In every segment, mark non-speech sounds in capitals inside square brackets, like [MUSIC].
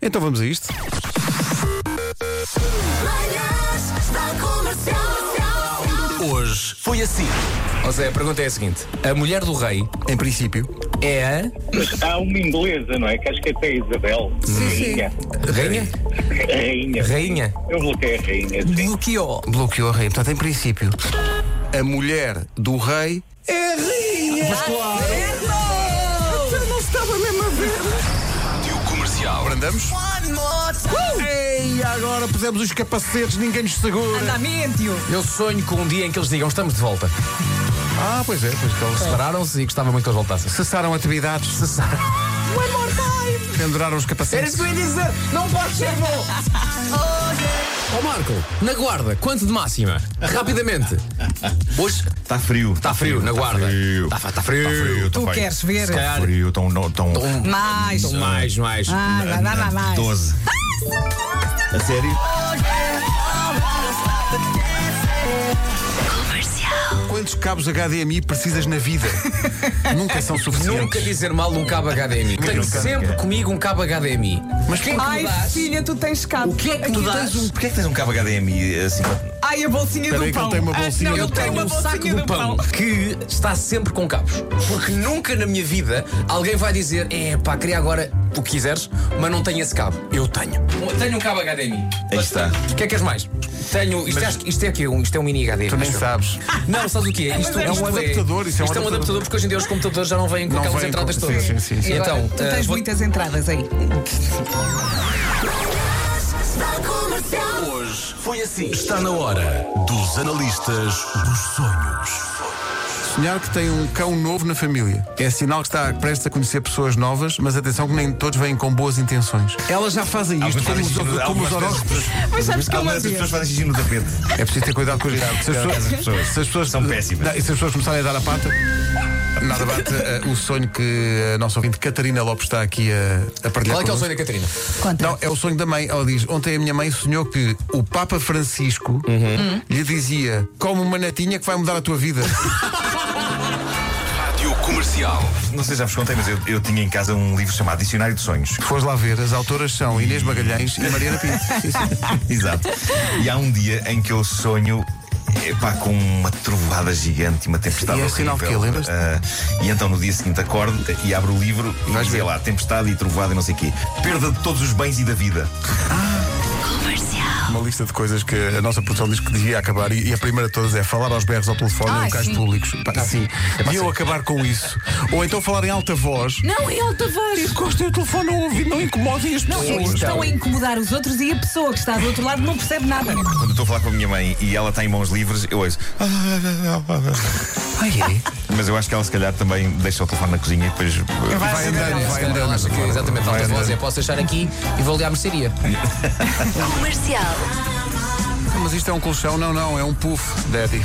Então vamos a isto. Manhãs da Comercial. Hoje foi assim. Ou seja, a pergunta é a seguinte: a mulher do rei Em princípio. é a Há uma inglesa, não é? Que acho que até é Isabel. rainha. rainha? Rainha. Rainha? Eu bloqueei a rainha, sim. Bloqueou. Bloqueou a rei. Portanto, em princípio, a mulher do rei é a rainha. É Mas claro. Andamos? Ei, agora pusemos os capacetes, ninguém nos segura. Eu sonho com um dia em que eles digam estamos de volta. Ah, pois é, pois então. Separaram-se e gostava muito que eles voltassem. Cessaram atividades, cessaram. Penduraram os capacetes. que eu ia dizer! Não pode ser [LAUGHS] bom! Ó Marco, na guarda, quanto de máxima? Rapidamente! Hoje Está Tá frio. Tá está frio, na guarda. frio. Está tá frio. Tá frio, Tu bem. queres ver? Se calhar, Frio, tão, não, tão, Mais. então mais, mais. Ah, vai, vai, vai, vai. 12. A sério? Quantos cabos HDMI precisas na vida? Nunca são suficientes. Nunca dizer mal de um cabo HDMI. Tenho sempre comigo um cabo HDMI. Mas quem é que Ai, me dás? filha, tu tens cabo. O que é que tu dás? Porquê é que tens um cabo HDMI assim? Ai, a bolsinha Espera aí do que ele pão. tem uma Ah, bolsinha não, do Eu eu tenho tenho uma um saco bolsinha do do pão que está sempre com cabos. Porque nunca na minha vida alguém vai dizer: é pá, queria agora o que quiseres, mas não tenho esse cabo. Eu tenho. Tenho um cabo HDMI. Aí está. O que é que és mais? Tenho. Isto, é, isto é aqui, um, isto é um mini HDMI. Tu nem acho eu. sabes. [LAUGHS] Não, sabes o que é? Isto é um adaptador, isso isto é um é um adaptador. adaptador porque hoje em dia os computadores já não vêm com Não aquelas vêm com- entradas sim, todas. sim, sim, sim. Então, Tu tens eh, vou- muitas entradas aí. Manhãs da Comercial. Está na hora dos analistas dos sonhos. Sonhar que tem um cão novo na família é sinal que está prestes a conhecer pessoas novas, mas atenção que nem todos vêm com boas intenções. Elas já fazem isto, como os, como os Algumas horóscopos. vezes- Mas sabes é que eu uma algumas vezes as vez. pessoas fazem xixi no tapete. É preciso ter cuidado com as se as pessoas, com as pessoas. se as pessoas- São péssimas. E se as pessoas começarem a dar a pata. Nada bate eh, o sonho que a nossa ouvinte Catarina Lopes está aqui a, a partilhar. Qual é que é o connosco. sonho da Catarina? Conta. Não, é o sonho da mãe. Ela diz: Ontem a minha mãe sonhou que o Papa Francisco Uhum. lhe dizia: Come uma natinha que vai mudar a tua vida. Rádio Comercial. Não sei se já vos contei, mas eu, eu tinha em casa um livro chamado Dicionário de [LAUGHS] Sonhos. Fores lá ver, as autoras são Inês Magalhães e Mariana Pinto. Exato. E há um dia em que eu sonho. Epá, com uma trovoada gigante e uma tempestade E é horrível. sinal de quê? Lembras-te? Ah, e então no dia seguinte acordo e abro o livro e Vais vais ver ver. lá, tempestade e trovoada e não sei o quê. Perda de todos os bens e da vida. [LAUGHS] Uma lista de coisas que a nossa produção diz que devia acabar e, e a primeira de todas é falar aos berros ao telefone em locais públicos. É Pá, sim, deviam acabar com isso. Ou então falar em alta voz. Não, é alta voz. Encostem o telefone ao ouvido, não incomodem as Não, é que estão a incomodar os outros e a pessoa que está do outro lado não percebe nada. Quando eu estou a falar com a minha mãe e ela está em mãos livres, eu ouço. "Ah, Mas eu acho que ela se calhar também deixa o telefone na cozinha e depois. Vai andando, vai Ela andando. acha que, exatamente, Vai falta voz. andando. Eu posso deixar aqui e vou ali à mercearia. Comercial. Mas isto é um colchão? Não, não, é um puff, Daddy.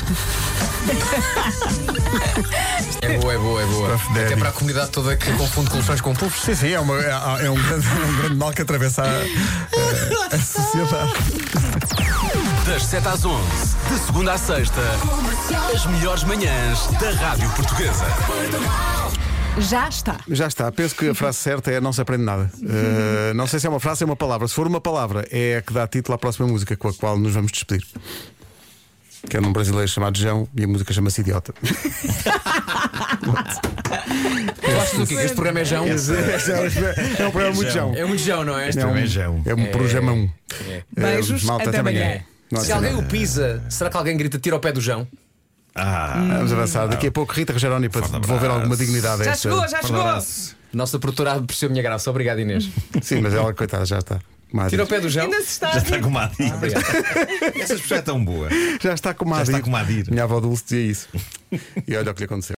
É boa, é boa, é boa. Stuff daddy. Até para a comunidade toda que confunde colchões com puffs. Sim, sim, é, uma- é- é um, grande, [LAUGHS] é um grande mal que atravessa a, a- a sociedade. Das 7 às 11, de segunda à sexta, as melhores manhãs da Rádio Portuguesa. Já está. Já está, penso que a [LAUGHS] frase certa é não se aprende nada. Uh, não sei se é uma frase, é uma palavra. Se for uma palavra, é a que dá título à próxima música com a qual nos vamos despedir. Que é num brasileiro chamado João e a música chama-se Idiota. Tu achas o quê? Que este programa é jão? é um programa muito João. É muito jão, não é? Este um, é João. é um programa um. Beijos, até amanhã. Não há de Se ser alguém nada. o pisa, será que alguém grita tira ao pé do jão? Ah, Vamos avançar. Daqui a pouco, Rita Rogeroni, para Forte devolver abraço. alguma dignidade a Já esta- chegou, já chegou. Nossa produtora percebeu a minha graça. Obrigado, Inês. Sim, mas ela, coitada, já está. Madre. Tira ao pé do jão. Ainda se está. já está com uma adica. Obrigado. Essa expressão é tão boa. Já está com uma Já está adir. com uma adir. Minha avó Dulce dizia isso. E olha o que lhe aconteceu.